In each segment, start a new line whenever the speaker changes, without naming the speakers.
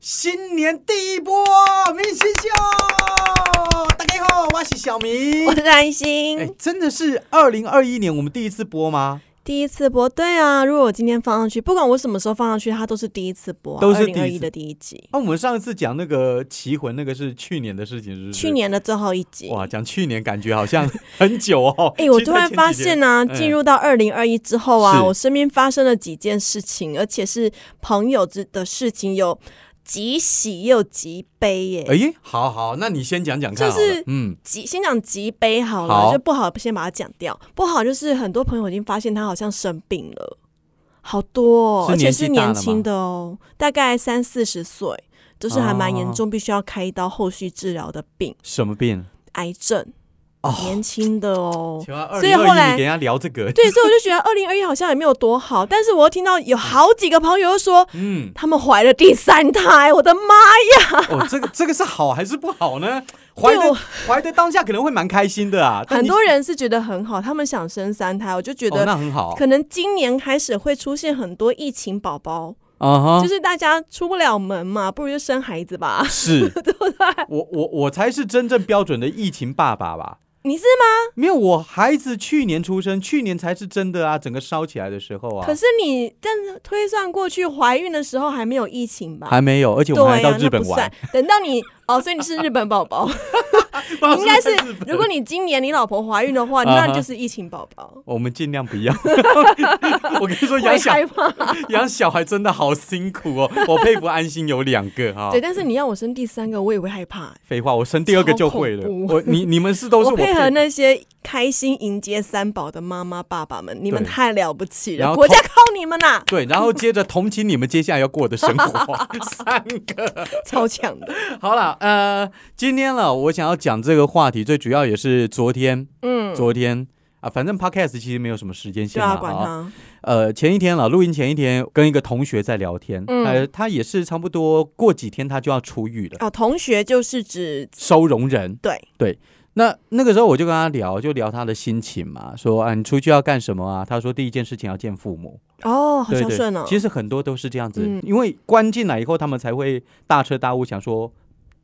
新年第一波明星秀，大家好，我是小明
我。是安心，
哎、真的是二零二一年我们第一次播吗？
第一次播，对啊，如果我今天放上去，不管我什么时候放上去，它都是第一次播啊，
都是第一
零
次
二一的第一集，
啊，我们上一次讲那个棋魂，那个是去年的事情，是不是？
去年的最后一集。
哇，讲去年感觉好像很久哦。
哎、我
其实
突然发现呢、啊，
前几年
进入到二零二一之后
嗯
啊，
是
我身边发生了几件事情，而且是朋友之的事情，有极喜也有极悲耶、
才前几年，哎、好好，那你先讲讲看好了。
就是
嗯，
极先讲极悲好了，
好
就不好先把它讲掉。不好就是很多朋友已经发现他好像生病了，好多、哦，
是
而且
年纪
是
大了
年
吗
轻的哦，大概三四十岁，就是还
哦
蛮严重，必须要开刀后续治疗的病，
什么病？
癌症，
哦
年轻的哦。
请问二
所以
零
后
二一
来
你给人家聊这个？
对，所以我就觉得二零二一好像也没有多好，但是我又听到有好几个朋友又说
嗯，
他们怀了第三胎，我的妈呀！
哦，这个这个是好还是不好呢？怀
对
的
我
怀的当下可能会蛮开心的啊，但
很
你
多人是觉得很好，他们想生三胎，我就觉
哦、
得
那很好，
可能今年开始会出现很多疫情宝宝，
啊哈。
就，是大家出不了门嘛，不如就生孩子吧
是，我我我才是真正标准的疫情爸爸吧？
你是吗？
没有，我孩子去年出生，去年才是真的啊，整个烧起来的时候啊
可，是你但是推算过去，怀孕的时候还没有疫情吧？
还没有，而且
对
我们还
呀、
到
啊，
日
那不
本
算
玩，。
等到你哦，所以你是日本宝 宝，
哇
应该是
在哦日本
如果你今年你老婆怀孕的 话，
啊哈
那就是疫情宝宝。
我们尽量不 要。我跟你说，养
会
小
害怕，
养小孩真的好辛苦哦，我佩服安心有两个哈、
对，但是你要我生第三个，我也会害怕、
废话，我生第二个就会了。
超恐怖
我你你们是都是
我配
佩
合那些开心迎接三宝的妈妈爸爸们，你们
对
太了不起
然
了，
后
国
同
家靠你们啦、
对，然后接着同情你们接下来要过的生 活。三个
超 强的。
好了，呃，今天了，我想要讲这个话题，最主要也是昨天，
嗯，
昨天啊，反正 podcast 其实没有什么时间
对
线嘛，
啊，管
啊
他。
呃，前一天了，录音前一天跟一个同学在聊天，
嗯
呃，他也是差不多过几天他就要出狱了，
哦，同学就是指
收容人。
对，
那那个时候我就跟他聊，就聊他的心情嘛，说啊，你出去要干什么啊？他说第一件事情要见父母。
哦，好
对
孝
对，
顺哦。
其实很多都是这样子，
嗯
因为关进来以后，他们才会大彻大悟，想说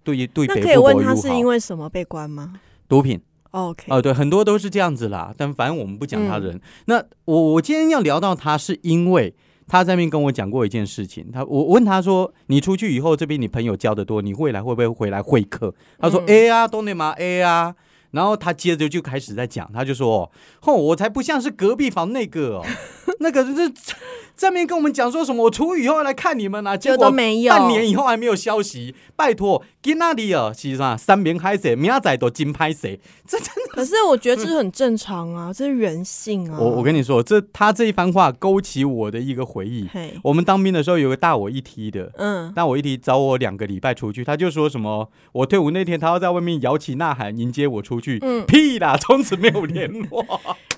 对对
那
北
可以
部
问
国
他
入
是
好
因为什么被关吗
毒品
哦？OK，
啊、对，很多都是这样子啦。但反正我们不讲他
嗯
人。那我我今天要聊到他，是因为他在那边跟我讲过一件事情。他我问他说，你出去以后，这边你朋友交的多，你未来会不会回来会客？他说
嗯
A 啊，东内嘛 A 啊。然后他接着就开始在讲，他就说：“哦，我才不像是隔壁房那个哦，那个是在面跟我们讲说什么，我出狱以后要来看你们啊，结
就
果
都没有。
半年以后还没有消息，拜托，今那里啊是啥？三连拍谁，明仔载都金拍谁？
可是我觉得这是很正常啊，这是人性啊。
嗯我我跟你说，这他这一番话勾起我的一个回忆。
嘿，
我们当兵的时候有个大我一梯的，
嗯，
大我一梯找我两个礼拜出去，他就说什么我退伍那天他要在外面摇旗呐喊迎接我出去，
嗯
屁啦，从此没有联络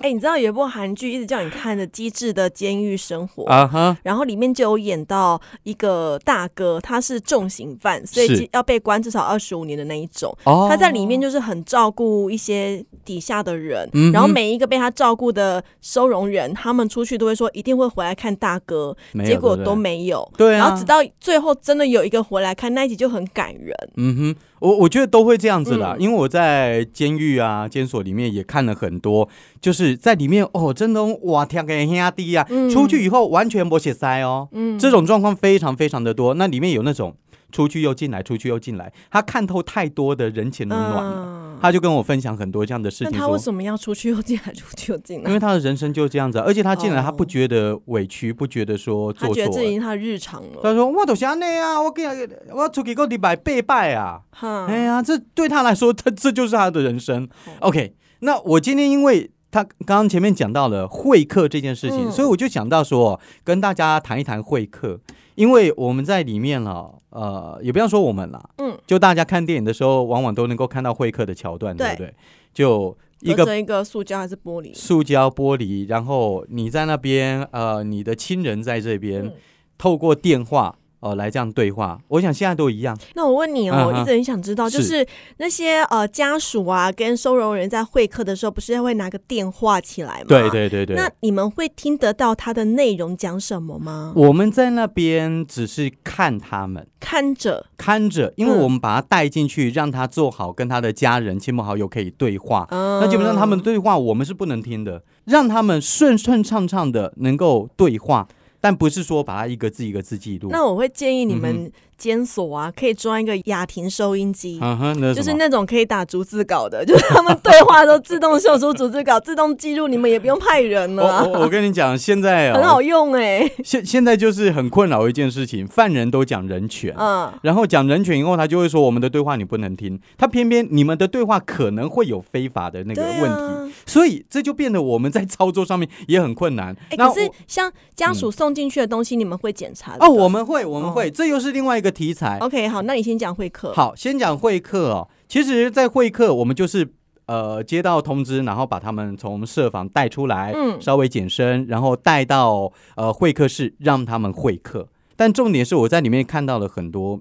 哎，你知道有一部韩剧一直叫你看的《机智的监狱 生活》。
啊哈，
然后里面就有演到一个大哥，他是重刑犯，所
是
以要被关至少二十五年的那一种。
哦
他在里面就是很照顾一些底下的人，
嗯哼
然后每一个被他照顾的收容人，他们出去都会说一定会回来看大哥，
没有
结果
对不对
都没有。
对
然后
啊
直，到最后真的有一个回来看，那一集就很感人。
嗯哼，我我觉得都会这样子啦，
嗯
因为我在监狱啊、监所里面也看了很多，就是在里面哦，真的哦哇，天给兄弟啊，
嗯
出去以后完全不写塞哦，
嗯，
这种状况非常非常的多。那里面有那种出去又进来，出去又进来，他看透太多的人情冷暖了，
嗯
他就跟我分享很多这样的事
那
情
他为
说。
什么要出去又进来，出去又进
因
来？
为他的人生就这样子啊，而且他进来，
哦
他不觉得委屈，不觉得说
他
做错
觉得这已
了。啊
经他的日常了。
他说：“我都想那啊，我跟我出去个礼拜八拜啊，
哈，
哎呀，这对他来说，他这就是他的人生。
好
OK，那我今天因为他刚刚前面讲到了会客这件事情，
嗯
所以我就想到说，跟大家谈一谈会客，因为我们在里面了，呃，也不要说我们啦，
嗯，
就大家看电影的时候，往往都能够看到会客的桥段，对不对？就一
隔
个
着一个塑胶还是玻璃？
塑胶玻璃，然后你在那边，呃，你的亲人在这边，
嗯
透过电话。呃，来这样对话，我想现在都一样。
那我问你
嗯
哦，
哼
我一直很想知道，
是
就是那些呃家属啊，跟收容人在会客的时候，不是会拿个电话起来吗？
对对对对。
那你们会听得到它的内容讲什么吗？
我们在那边只是看他们，
看着，
看着，因为
嗯
我们把他带进去，让他做好跟他的家人、亲朋好友可以对话。那
那
基本上他们对话我们是不能听的，让他们顺顺畅畅的能够对话，但不是说把它一个字一个字记录。
那我会建议你
嗯
们监所啊，可以装一个雅婷收音机。
嗯哼，那
就是是
什么
那种可以打逐字稿的， 就是他们对话都自动秀出逐字稿，自动记录，你们也不用派人了啊、
我我我跟你讲，现在
很好
哦，
用哎、
现现在就是很困扰一件事情，犯人都讲人权。
嗯，
然后讲人权以后，他就会说我们的对话你不能听，他偏偏你们的对话可能会有非法的那个
对
问题，
啊
所以这就变得我们在操作上面也很困难。
哎、
那
可是
我嗯
像家属送进去的东西，你们会检查的
哦，我们会我们
哦
会，这又是另外一个题材。
OK 好，那你先讲会客。
好，先讲会客哦。其实，在会客，我们就是呃接到通知，然后把他们从社房带出来，
嗯
稍微减身，然后带到呃会客室，让他们会客。但重点是我在里面看到了很多，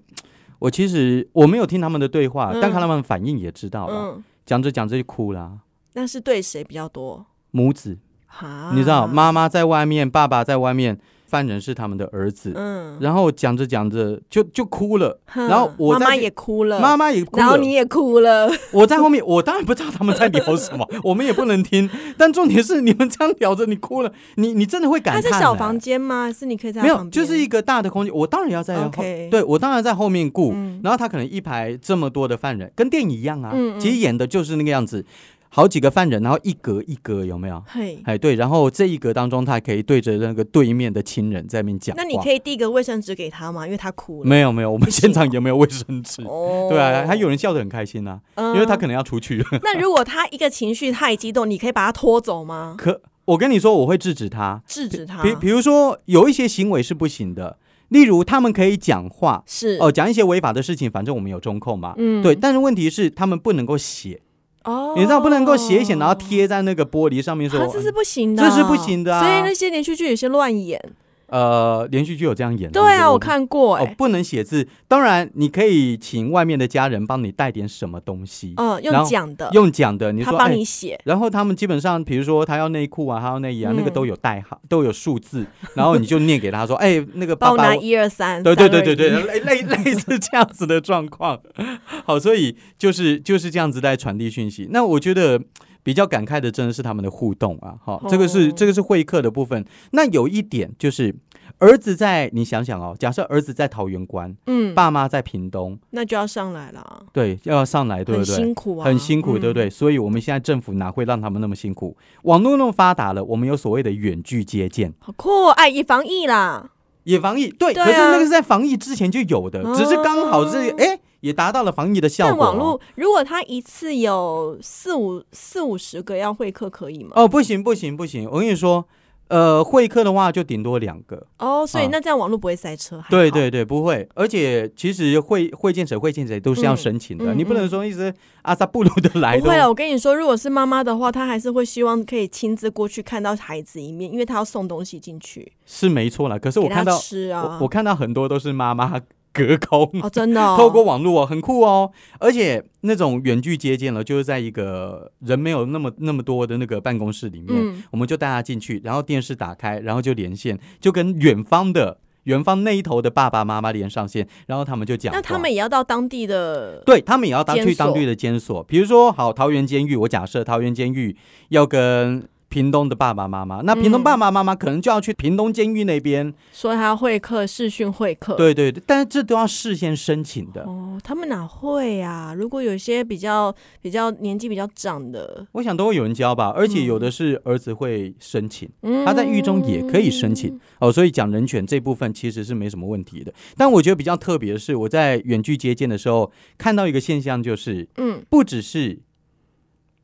我其实我没有听他们的对话，
嗯
但看他们反应也知道了。
嗯，
讲着讲着就哭了啊、
那是对谁比较多？
母子，
哈，
你知道，妈妈在外面，爸爸在外面，犯人是他们的儿子。
嗯，
然后讲着讲着就就哭了，
哼
然后我
妈
再
妈
去
也哭了，
妈妈也哭了，
然后你也 哭了，
我在后面，我当然不知道他们在聊什 么，我们也不能听。但重点是，你们这样聊着，你哭了，你你真的会感
它
叹、啊
是小房，间吗？还是你可以在它
没有，
旁边
就是一个大的空间。我当然要在后
OK
对我当然在后面顾。
嗯
然后他可能一排这么多的犯人，跟电影一样啊，
嗯嗯
其实演的就是那个样子，好几个犯人，然后一格一格，有没有？
嘿，
哎，对，然后这一格当中，他还可以对着那个对面的亲人在那边讲话。
那你可以递一个卫生纸给他吗？因为他哭了。
没有没有，我们
不行
现场也没有卫生纸。
哦嗯
对啊，还有人笑得很开心啊，因为他可
能。
能要出去。
那如果他一个情绪太激动，你可以把他拖走吗？
可我跟你说，我会制止他。
制止他？
比比如说，有一些行为是不行的，例如他们可以讲话，
是
哦、讲一些违法的事情，反正我们有中控嘛。
嗯
对，但是问题是他们不能够写，
哦
你知道不能够写一写，然后贴在那个玻璃上面说
啊，，这是不行的，
这是不行的啊
所以那些连续剧有些乱演。
呃，连续剧有这样演的。
对
是不是
啊，我看过
哦
哎，，
不能写字。当然，你可以请外面的家人帮你带点什么东西，
嗯，
然
用
后
讲的，
用讲的，你
他
说
帮
哎。
你写，
然后他们基本上，比如说他要内裤啊，他要内衣啊，
嗯
那个都有代号，都有数 字，然后你就念给他说，哎，那个爸
帮我
爸
拿
我
一二三，
对对对
321
对对，， 类类类似这样子的状况。 好，所以就是就是这样子在传递讯息。那我觉得比较感慨的真的是他们的互动啊，好，这个是
哦
这个是会客的部分。那有一点就是，儿子在你想想哦，假设儿子在桃园关，
嗯，
爸妈在屏东，
那就要上来了，
对，要上来，对不
很
对？
辛苦啊，
很辛苦，对不
嗯？
对？所以我们现在政府哪会让他们那么辛苦？网络那么发达了，我们有所谓的远距接见。
好酷哦，哎，以防疫啦，
也防疫，对，
对啊
可是那个是在防疫之前就有的，只是刚好是
哦
哎、也达到了防疫的效
但
果哦。
网络如果他一次有四五四五十个要会客，可以吗？
哦，不行不行不行，我跟你说，呃，会客的话就顶多两个，
哦，所以
啊
那这样网络不会塞车，还好
对，对对，不会。而且其实会会见谁会见谁都是要
嗯
申请的，
嗯
你不能
嗯
说一直阿萨布鲁的来
不会啊哦
的
了。。我跟你说，如果是妈妈的话，她还是会希望可以亲自过去看到孩子一面，因为她要送东西进去
是没错啦。可是
给
我
她
看到、
吃啊
我，我看到很多都是妈妈隔空、
哦，真的 哦
透过网络哦，很酷哦，而且那种远距接见了，就是在一个人没有那么那么多的那个办公室里面，
嗯
我们就带他进去，然后电视打开，然后就连线，就跟远方的远方那一头的爸爸妈妈连上线，然后他们就讲话。
那他们也要到当地的
对他们也要当
监
去当
所
地的监所，比如说好桃园监狱，我假设桃园监狱要跟。屏东的爸爸妈妈，那屏东
嗯
爸爸妈妈可能就要去屏东监狱那边，
说他会客视讯会客，
对对对，但是这都要事先申请的。
哦，他们哪会啊？如果有一些比较比较年纪比较长的，
我想都会有人教吧，而且有
嗯
的是儿子会申请，他在狱中也可以申请
嗯。
哦，所以讲人权这部分其实是没什么问题的。但我觉得比较特别的是，我在远距接见的时候看到一个现象，就是
嗯，
不只是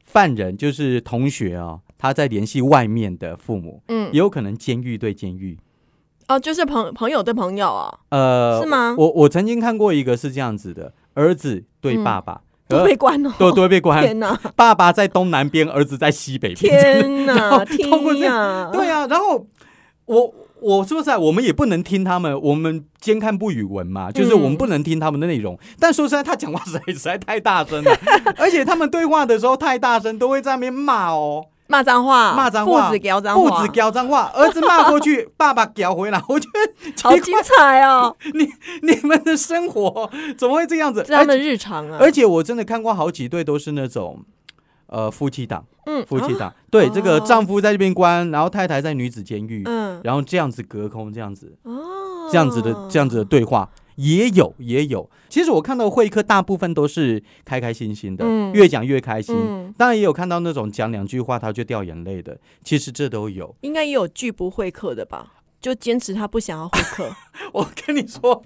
犯人，就是同学啊、哦，他在联系外面的父母，
嗯
也有可能监狱对监狱。
哦，就是朋朋友对朋友啊，
呃，
是吗
我我曾经看过一个是这样子的，儿子对爸爸，
嗯都
呃
被关哦，
都都会哎被关，
天 哪，
爸爸在东南边，儿子在西北边。
天哪，
通过
天啊
这
呀，
对啊，然后我我说实在，我们也不能听他们，我们兼看不语文
嗯
嘛，就是我们不能听他们的内容。但说实在，他讲 话实在实在太大声了，而且他们对话的时候太大声，都会在那边骂哦。
骂脏话，
骂脏话，
父子飙脏
父
话，
子飙脏话，儿子骂过去， 爸爸屌回来。我觉得奇
好
怪
精彩 哦！
你们的生活怎么会这样子？
这是他们日常啊，
而且我真的看过好几对都是那种，呃，夫妻档，
嗯
夫妻
啊
档，对，这个
哦
丈夫在这边关，然后太太在女子监狱，
嗯
然后这样子隔空这样子，
哦，
这样子的这样子的对话。也有，也有。其实我看到会客大部分都是开开心心的，
嗯
越讲越开心。
嗯，
当然也有看到那种讲两句话他就掉眼泪的，其实这都有。
应该也有拒不会客的吧？就坚持他不想要会 客，
我跟你说，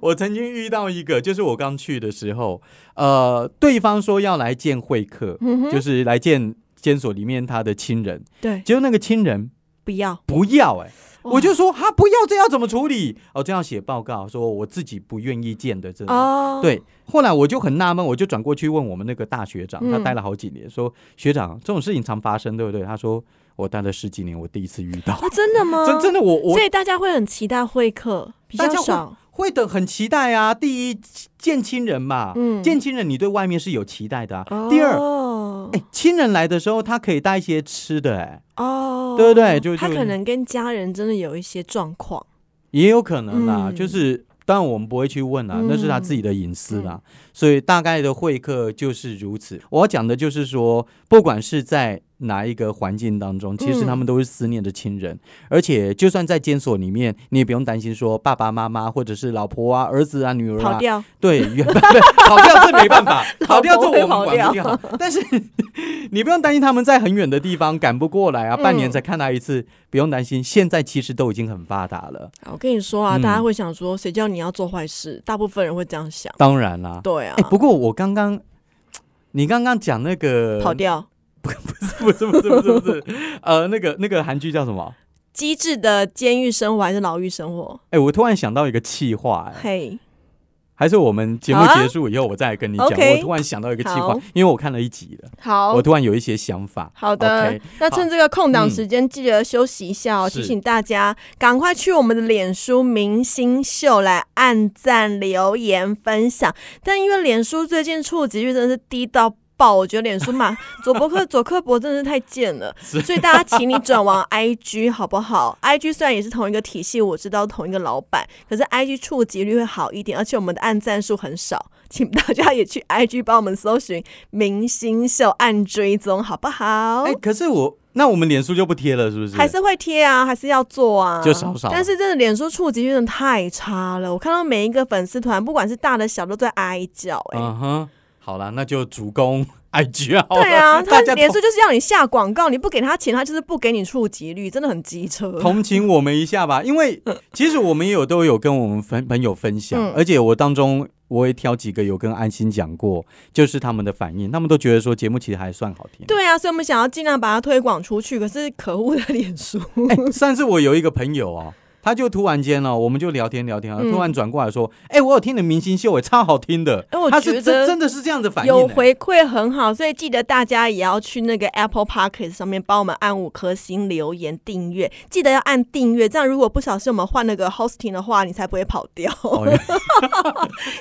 我曾经遇到一个，就是我刚去的时候，呃，对方说要来见会客，
嗯哼
就是来见监所里面他的亲人，
对，
结果那个亲人
不要，
不要、哎。
哇
我就说他不要，这要怎么处理？哦，这样写报告说我自己不愿意见的这种。
哦，，
对，后来我就很纳闷，我就转过去问我们那个大学长，他
嗯
待了好几年，说学长这种事情常发生，对不对？他说我待了十几年，我第一次遇到。
啊，真的吗？
真真的我我
所以大家会很期待会客，比较
大家会
少，
会等很期待啊。第一，见亲人嘛，
嗯
见亲人你对外面是有期待的、啊。第二，
哦
哎、亲人来的时候他可以带一些吃的、哎，
哦，
对不对就
他
就
可能跟家人真的有一些状况，
也有可能啦，
嗯
就是。当然，我们不会去问啦、
嗯
那是他自己的隐私啦、所以大概的会客就是如此。我要讲的就是说，不管是在哪一个环境当中，其实
嗯
他们都是思念的亲人，而且就算在监所里面，你也不用担心说爸爸妈妈或者是老婆啊、儿子啊、女儿啊
跑掉，
对，原本 对跑掉这没办法，跑掉这我们
老婆会
管
跑
不掉。但是 你不用担心他们在很远的地方赶不过来
嗯
啊，半年才看他一次，不用担心。现在其实都已经很发达了，
我跟你说啊，
嗯
大家会想说，谁叫你要做坏事？大部分人会这样想，
当然啦。
对啊
哎、，不过我刚刚。你刚刚讲那个
跑，掉。
不是不是不是不 是，呃，那个那个韩剧叫什么？
机智的监狱生活还是牢狱生活？
哎、我突然想到一个气话、哎，
嘿，
还是我们节目
好啊
结束以后我再来跟你讲。
OK
我突然想到一个气话
好，
因为我看了一集了，
好
我突然有一些想法。
好的
OK，
那趁这个空档
嗯
时间，记得休息一下哦。
是
提醒大家，赶快去我们的脸书明星秀来按赞、留言、分享。但因为脸书最近触及率真的是低到。爆！我觉得脸书嘛，佐伯克、佐克伯真的是太贱了，所以大家请你转往 IG 好不好？IG 虽然也是同一个体系，我知道同一个老板，可是 IG 触及率会好一点，而且我们的按赞数很少，请大家也去 IG 帮我们搜寻明星秀按追踪好不好？
哎、可是我那我们脸书就不贴了，是不是？
还是会贴啊，还是要做啊，
就少少
但是真的脸书触及率真的太差了，我看到每一个粉丝团，不管是大的小的都在哀叫、哎、
嗯哼，好了，那就主攻 IG 好了。
对啊，他
哦大家
脸
同
书就是要你下广告，你不给他钱，他就是不给你触及率，真的很机车。
同情我们一下吧，因为其实我们也有都有跟我们朋朋友分享，
嗯
而且我当中我也挑几个有跟安心讲过，就是他们的反应，他们都觉得说节目其实还算好听。
对啊，所以我们想要尽量把它推广出去，可是可恶的 脸书，
哎上次我有一个朋友哦，他就突然间哦，我们就聊天聊天啊，
嗯
突然转过来说：“哎、我有听你的明星秀，哎，超好听的。
哎我
他是
觉
真
得
真的是这样的反应、
有
哎
回馈很好，所以记得大家也要去那个 Apple p o c k e t 上面帮我们按五颗星、留言、订阅，记得要按订阅，这样如果不小心我们换那个 hosting 的话，你才不会跑 掉。
哦 原来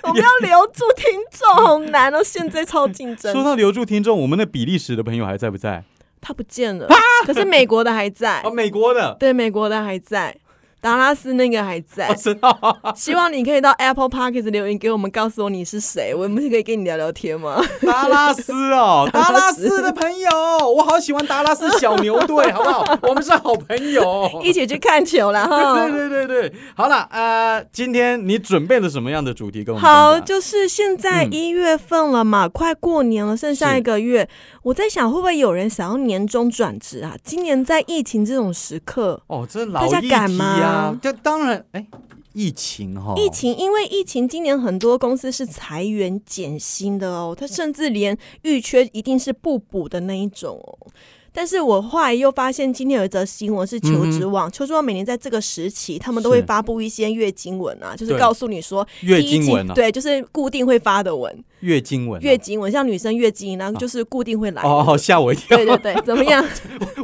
我们要留住听众，好难哦！现在超竞
说
争，
到留住听众，我们的比利时的朋友还在不在？
他不见了，可是美国的还在
哦，，美国的。
对，美国的还在，达拉斯那个还在
哦，。真的哦、
希望你可以到 Apple p o c k e t 留言给我们，告诉我你是谁，我们可以跟你聊聊天 吗？
达拉斯哦， 达拉斯的朋友，我好喜欢达拉斯小牛 队，好不好？我们是好朋友。
一起去看球啦！哈
对。对对对对，好了，呃，今天你准备了什么样的主题跟我们分享？
好，就是现在
嗯
一月份了嘛，快过年了，剩下
是
一个月，我在想会不会有人想要年终转职啊？今年在疫情这种时刻，
哦，这老
大家
议
敢
题
吗
啊，这当然，哎，疫情哈、哦，
疫情，因为疫情，今年很多公司是裁员减薪的
嗯
哦，它甚至连预缺一定是不补的那一种哦。但是我后来又发现，今天有一则新闻是求职网，求职网每年在这个时期，他们都
嗯
会
是
发布一些月经文啊，就是
对
告诉你说
月
第一
经
季
文啊，
对，就是固定会发的文，
月经文、啊，
月经文，像女生月经，然后就是固定会来。
啊哦哦，吓我一跳，
对对 对，怎么样？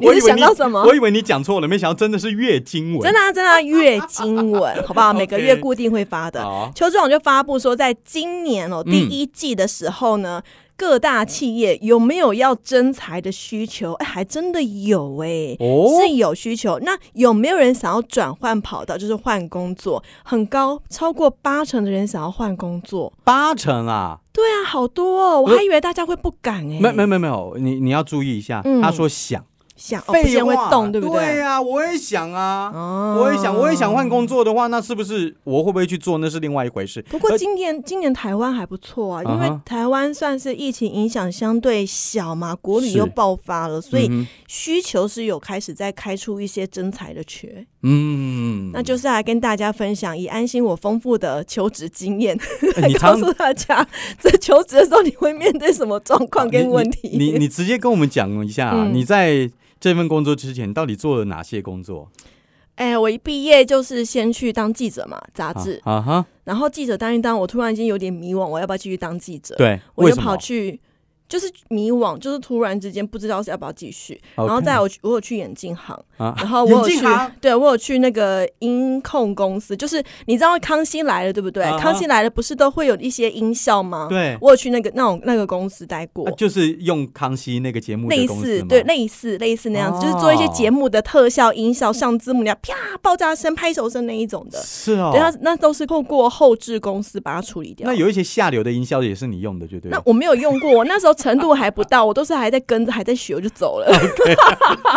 我以
你是
为
想
你
到什么？
我以为你讲错了，没想到真的是月经文，
真的、啊、真的、啊、月经文，好 不好？每个
哦 OK
月固定会发的。
好
邱志勇就发布说，在今年哦
嗯
第一季的时候呢，各大企业有没有要征才的需求？哎，还真的有哎、
哦，
是有需求。那有没有人想要转换跑道，就是换工作？很高，超过八成的人想要换工作。
八成啊，
对啊，好多哦，我还以为大家会不敢哎、
呃没没没没有，你你要注意一下，
嗯
他说想，
想，哦、不
废
见
话，
会动，对不对？
对啊，我也想啊。
哦
我也想，我也想换。工作的话，那是不是我会不会去做？那是另外一回事。
不过
呃
今年今年台湾还不错啊，因
啊
为
哈
台湾算是疫情影响相对小嘛，国旅
是
又爆发了，所以
嗯哼
需求是有开始在开出一些真才的缺。
嗯，
那就是来跟大家分享，以安心我丰富的求职经验，
哎你
告
常
诉大家在求职的时候你会面对什么状况
啊你
跟问题。
你你你直接跟我们讲一下啊、
嗯
你在这份工作之前到底做了哪些工作？
哎、我一毕业就是先去当记者嘛，杂
啊
志，
啊哈，
然后记者当一当，我突然间有点迷惘，我要不要继续当记者？
对，
我
为
就
什么
跑去，就是迷惘，就是突然之间不知道是要不要继续。然后
OK
再有我有去眼镜行，
啊
然后我有
眼
去
镜行，
对我有去那个音控公司，就是你知道康熙来了对不对？
啊啊
康熙来了不是都会有一些音效吗？
对、
我有去那个那种那个公司待过
啊，就是用康熙那个节目的
类
公司
似
吗
对类似类似那样子，就是做一些
哦
节目的特效音效，上字幕那样啪爆炸声、拍手声那一种的。
是哦
对，，它那都是透过后置公司把它处理掉。
那有一些下流的音效也是你用的，就对
那
了。
我没有用过，我那时候程度还不到，我都是还在跟着，还在学，我就走 了。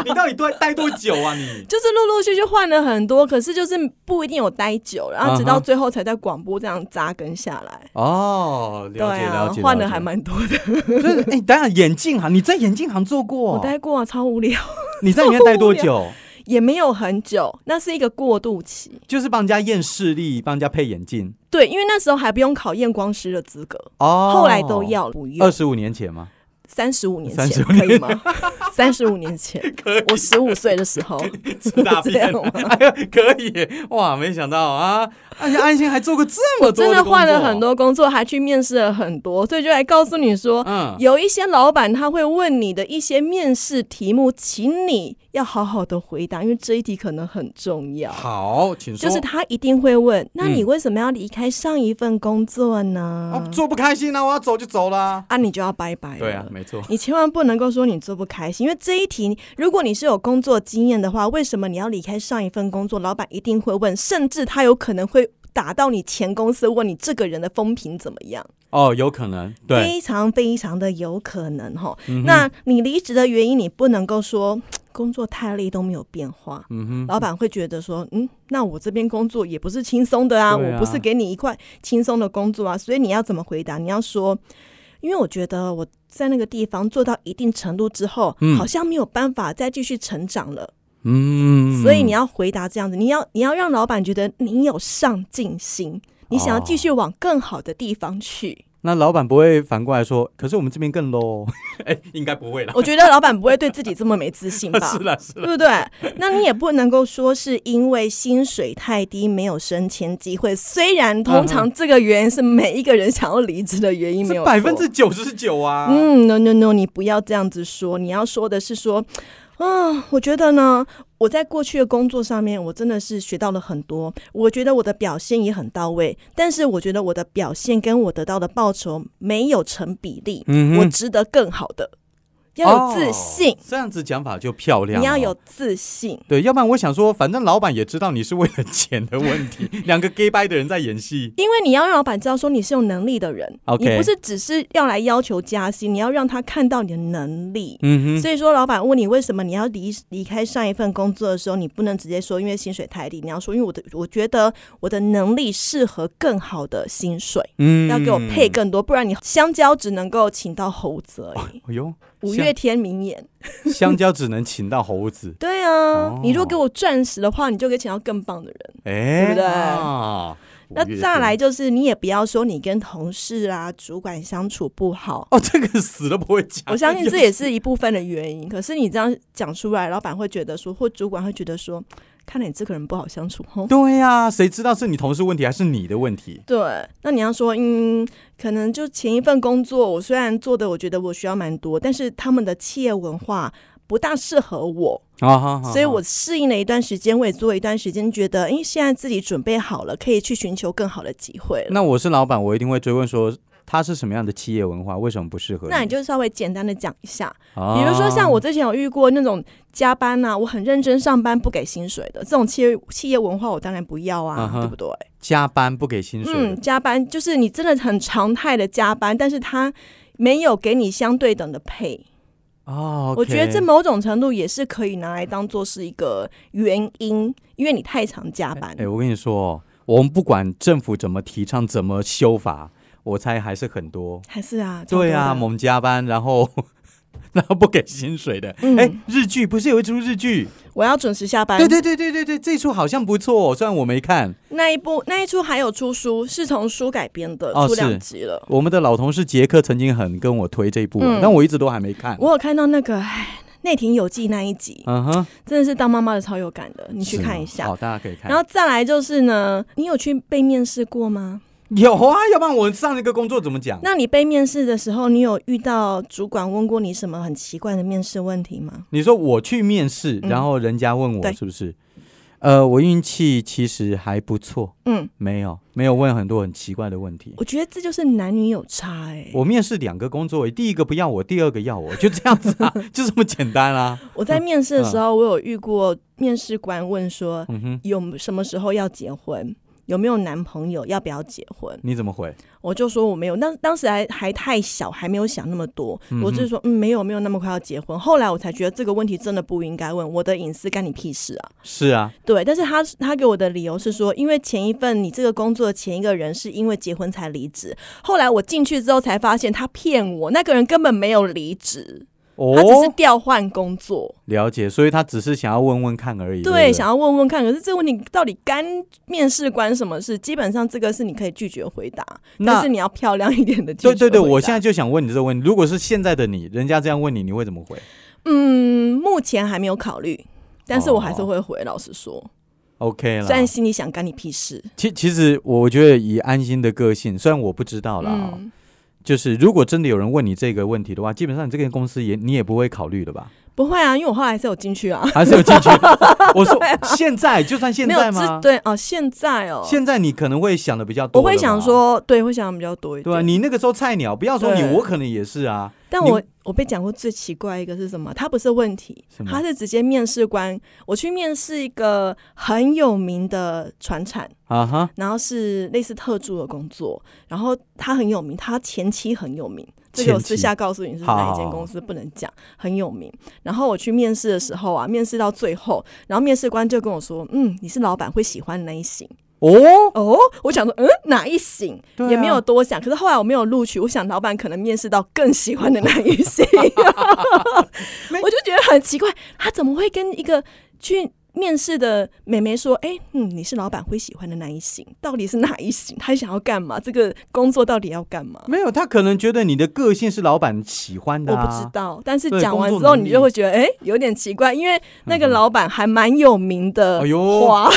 你到底待待多久啊 你？
就是陆陆续续换了很多，可是就是不一定有待久，然后直
啊
到
哈
最后才在广播这样扎根下来。
哦，
对
了解、
啊
了，解，
换
了
的还
解。
蛮多的。
就是哎，等一下眼镜行，你在眼镜行做过？
我待过啊，超无聊，
你在里面待多
超
久？
也没有很久，那是一个过渡期。
就是帮人家验视力，帮人家配眼镜。
对，因为那时候还不用考验光师的资格，
哦，
后来都。要了不
二
用。
十五年前吗？
三十五年前
35
可以吗？三十五年前，我十五岁 的时候，
吃大
这 样
便，
吗？
哎呀，可以耶哇！没想到啊，而且安心还做过这么多
真的
的工作
换了很，多工作，还去面试了很多，所以就来告诉你说，
嗯，
有一些老板他会问你的一些面试题目，请你要好好的回答，因为这一题可能很重要。
好，请说。
就是他一定会问，那
嗯
你为什么要离开上一份工作呢？
哦做不开心啊，我要走就走啦。
啊，你就要拜拜了。
对啊，没错。
你千万不能够说你做不开心，因为这一题，如果你是有工作经验的话，为什么你要离开上一份工作？老板一定会问，甚至他有可能会打到你前公司，问你这个人的风评怎么样，
哦，有可能，对，嗯
非常非常的有可能哈。那你离职的原因，你不能够说嘖工作太累都没有变化。
嗯哼，
老板会觉得说，嗯，那我这边工作也不是轻松的啊，
对啊
我不是给你一块轻松的工作啊，所以你要怎么回答？你要说，因为我觉得我在那个地方做到一定程度之后，
嗯
好像没有办法再继续成长了，
嗯，
所以你要回答这样子，你要你要让老板觉得你有上进心，你想要
哦
继续往更好的地方去。
那老板不会反过来说，可是我们这边更 low，哦 哎、应该不会啦。
我觉得老板不会对自己这么没自信吧？
是啦，是啦，
对不对？那你也不能够说是因为薪水太低没有升迁机会。虽然
嗯
通常这个原因是每一个人想要离职的原因，没有
是
错
百分之九十九啊。
嗯，no no no，你不要这样子说，你要说的是说，啊，我觉得呢，我在过去的工作上面，我真的是学到了很多，我觉得我的表现也很到位，但是我觉得我的表现跟我得到的报酬没有成比例，
嗯哼
我值得更好的，要有自信
哦，这样子讲法就漂亮、哦
你要有。自信。
对，要不然我想说，反正老板也知道你是为了钱的问 题，两个 gay 掰的人在演戏。
因为你要让老板知道说你是有能力的人
OK
你不是只是要来要求加薪，你要让他看到你的能力。
嗯哼，
所以说，老板问你为什么你要离离开上一份工作的时候，你不能直接说因为薪水太低，你要说因为我的我觉得我的能力适合更好的薪水，
嗯
要给我配。更多，不然你香蕉只能够请到猴子 而已。
哎呦，
五月天名言，
香香蕉只能请到猴 子，
对啊，
哦
你如果给我钻石的话，你就可以请到更棒的人。
哎，
对不对
啊
那
五月天
再来就是，你也不要说你跟同事啊、主管相处不好，
哦，这个死都不会讲。
我相信这也啊是一部分的原因。可是你这样讲出来，老板会觉得说，或主管会觉得说，看来你这个人不好相处哦。
对呀、谁知道是你同事问题还是你的问题？
对，那你要说，嗯，可能就前一份工作，我虽然做的我觉得我需要蛮多，但是他们的企业文化不大适合我，
啊哈哈
所以我适应了一段时间，我也做了一段时间，觉得，哎，现在自己准备好了，可以去寻求更好的机会了。
那我是老板，我一定会追问说，它是什么样的企业文化，为什么不适合你？
那你就稍微简单的讲一下，
比
比如说像我之前有遇过那种加班啊呐、我很认真上班不给薪水的这种企业企业文化，我当然不要啊
嗯哼
对不对？
加班不给薪水的，
嗯，加班就是你真的很常态的加班，但是他没有给你相对等的配。
哦，
我觉得
OK
这某种程度也是可以拿来当做是一个原因，因为你太常加班
哎、。我跟你说哦，我们不管政府怎么提倡、怎么修法，我猜还是很多。
还是啊，超多
对啊，
的
猛加班，然后 然后不给薪水的。哎、
嗯
日剧不是有一出日剧？
我要准时下班。
对对对对对对，这出好像不错、哦，虽然我没看。
那一部那一出还有出书，是从书改编的，
哦
出两
是
集了。
我们的老同事杰克曾经很跟我推这一部，哦
嗯
但我一直都还没看。
我有看到那个《唉内廷游记》那一集，
嗯哼，
真的是当妈妈的超有感的，你
你
去看一下
好，。大家可以看。
然后再来就是呢，你有去被面试过吗？
有啊，要不然我上一个工作怎么讲？
那你被面试的时候，你有遇到主管问过你什么很奇怪的面试问题吗？
你说我去面试，
嗯
然后人家问我
对
是不是？呃，我运气其实还不错，
嗯，
没有没有问很多很奇怪的问题。
我觉得这就是男女有差哎、
我面试两个工作，第一个不要我，第二个要我，就这样子啊， 就这么简单啊。
我在面试的时候，我有遇过面试官问说，
嗯哼，
有什么时候要结婚，有没有男朋友，要不要结婚？
你怎么回？
我就说我没有，当当时还还太小，还没有想那么多，我就是说嗯没有没有那么快要结婚。后来我才觉得这个问题真的不应该问，我的隐私干你屁事啊！
是啊，
对，但是他他给我的理由是说，因为前一份你这个工作的前一个人是因为结婚才离职，后来我进去之后才发现他骗我，那个人根本没有离职，他只是
哦，
调换工作。
了解，所以他只是想要问问看而已。对不
对，
对，
想要问问看，可是这个问题到底干面试关什么事？基本上这个是你可以拒绝回答，但
那
是你要漂亮一点的拒绝
对
回答。
对对，我现在就想问你这个问题：如果是现在的你，人家这样问你，你会怎么回
嗯，目前还没有考虑，但是我还是
哦
会回。老实说，
？OK 啦。
虽然心里想干你屁事。
其其实我觉得以安心的个性，虽然我不知道啦、哦
嗯，
就是如果真的有人问你这个问题的话，基本上你这个公司也你也不会考虑的吧？
不会啊，因为我后来还是有进去啊，
还是有进去？ 我说现在就算现
没有
在
知
吗？
对哦，现在哦，
现在你可能会想的比较多，
我会想，说，对，会想比较多一
对啊，
点。
你那个时候菜鸟，不要说你，
对
我可能也是啊。
但
你
我我被讲过最奇怪一个是什么？他不是问题
什，么
他是直接面试官。我去面试一个很有名的船产。
啊哈，
然后是类似特助的工作，然后他很有名，他前妻很有名，这
前
个我私
妻
下告诉你是哪一
好好
间
好
公司，不能讲，很有名。然后我去面试的时候啊，面试到最后，然后面试官就跟我说，嗯，你是老板会喜欢哪一型？
哦，
哦，我想说，嗯，哪一型、
对啊
也没有多想，可是后来我没有录取，我想老板可能面试到更喜欢的那一型，
没
我就觉得很奇怪，他怎么会跟一个去面试的美眉说，哎、嗯，你是老板会喜欢的那一型，到底是哪一型？他想要干嘛？这个工作到底要干嘛？
没有，他可能觉得你的个性是老板喜欢的、
我
啊，
不知道，但是
对
讲完
工
之
作
后，
能
你就
力嗯
会觉得，哎、有点奇怪，因为那个老板还蛮有名的
哎呦
花，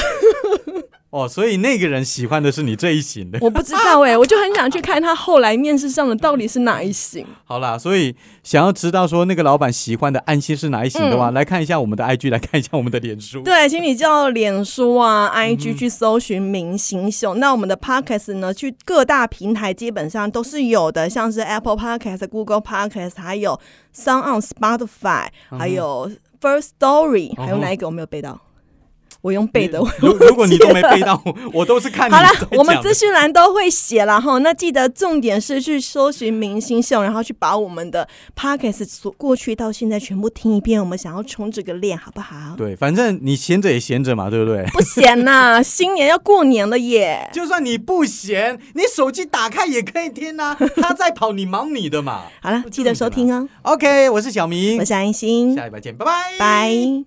哦，所以那个人喜欢的是你这一型的。
我不知道哎、我就很想去看他后来面试上的到底是哪一型。
好啦，所以想要知道说那个老板喜欢的安心是哪一型的
嗯
话，来看一下我们的 IG，来看一下我们的脸书。
对，请你叫脸书啊、IG
嗯
去搜寻“明星秀”那我们的 Podcast 呢，去各大平台基本上都是有的，像是 Apple Podcast、Google Podcast，还有 Sound on Spotify，、还有 First Story，、还有
嗯嗯哼
哪一个我没有背到？我用背的。我
如如果你都没背 到，我我都是看你
好啦
在，
我们
讲的
资讯栏都会写了哈。那记得重点是去搜寻明星秀，然后去把我们的 podcast 所过去到现在全部听一遍。我们想要冲这个练，好不好？
对，反正你闲着也闲着嘛，对不对？
不闲呐、新年要过年了耶！
就算你不闲，你手机打开也可以听 啊。他在跑，你忙你的嘛。
好了，记得收听哦。
OK，我是小明
我，是安心
下，礼拜见，拜拜，
拜。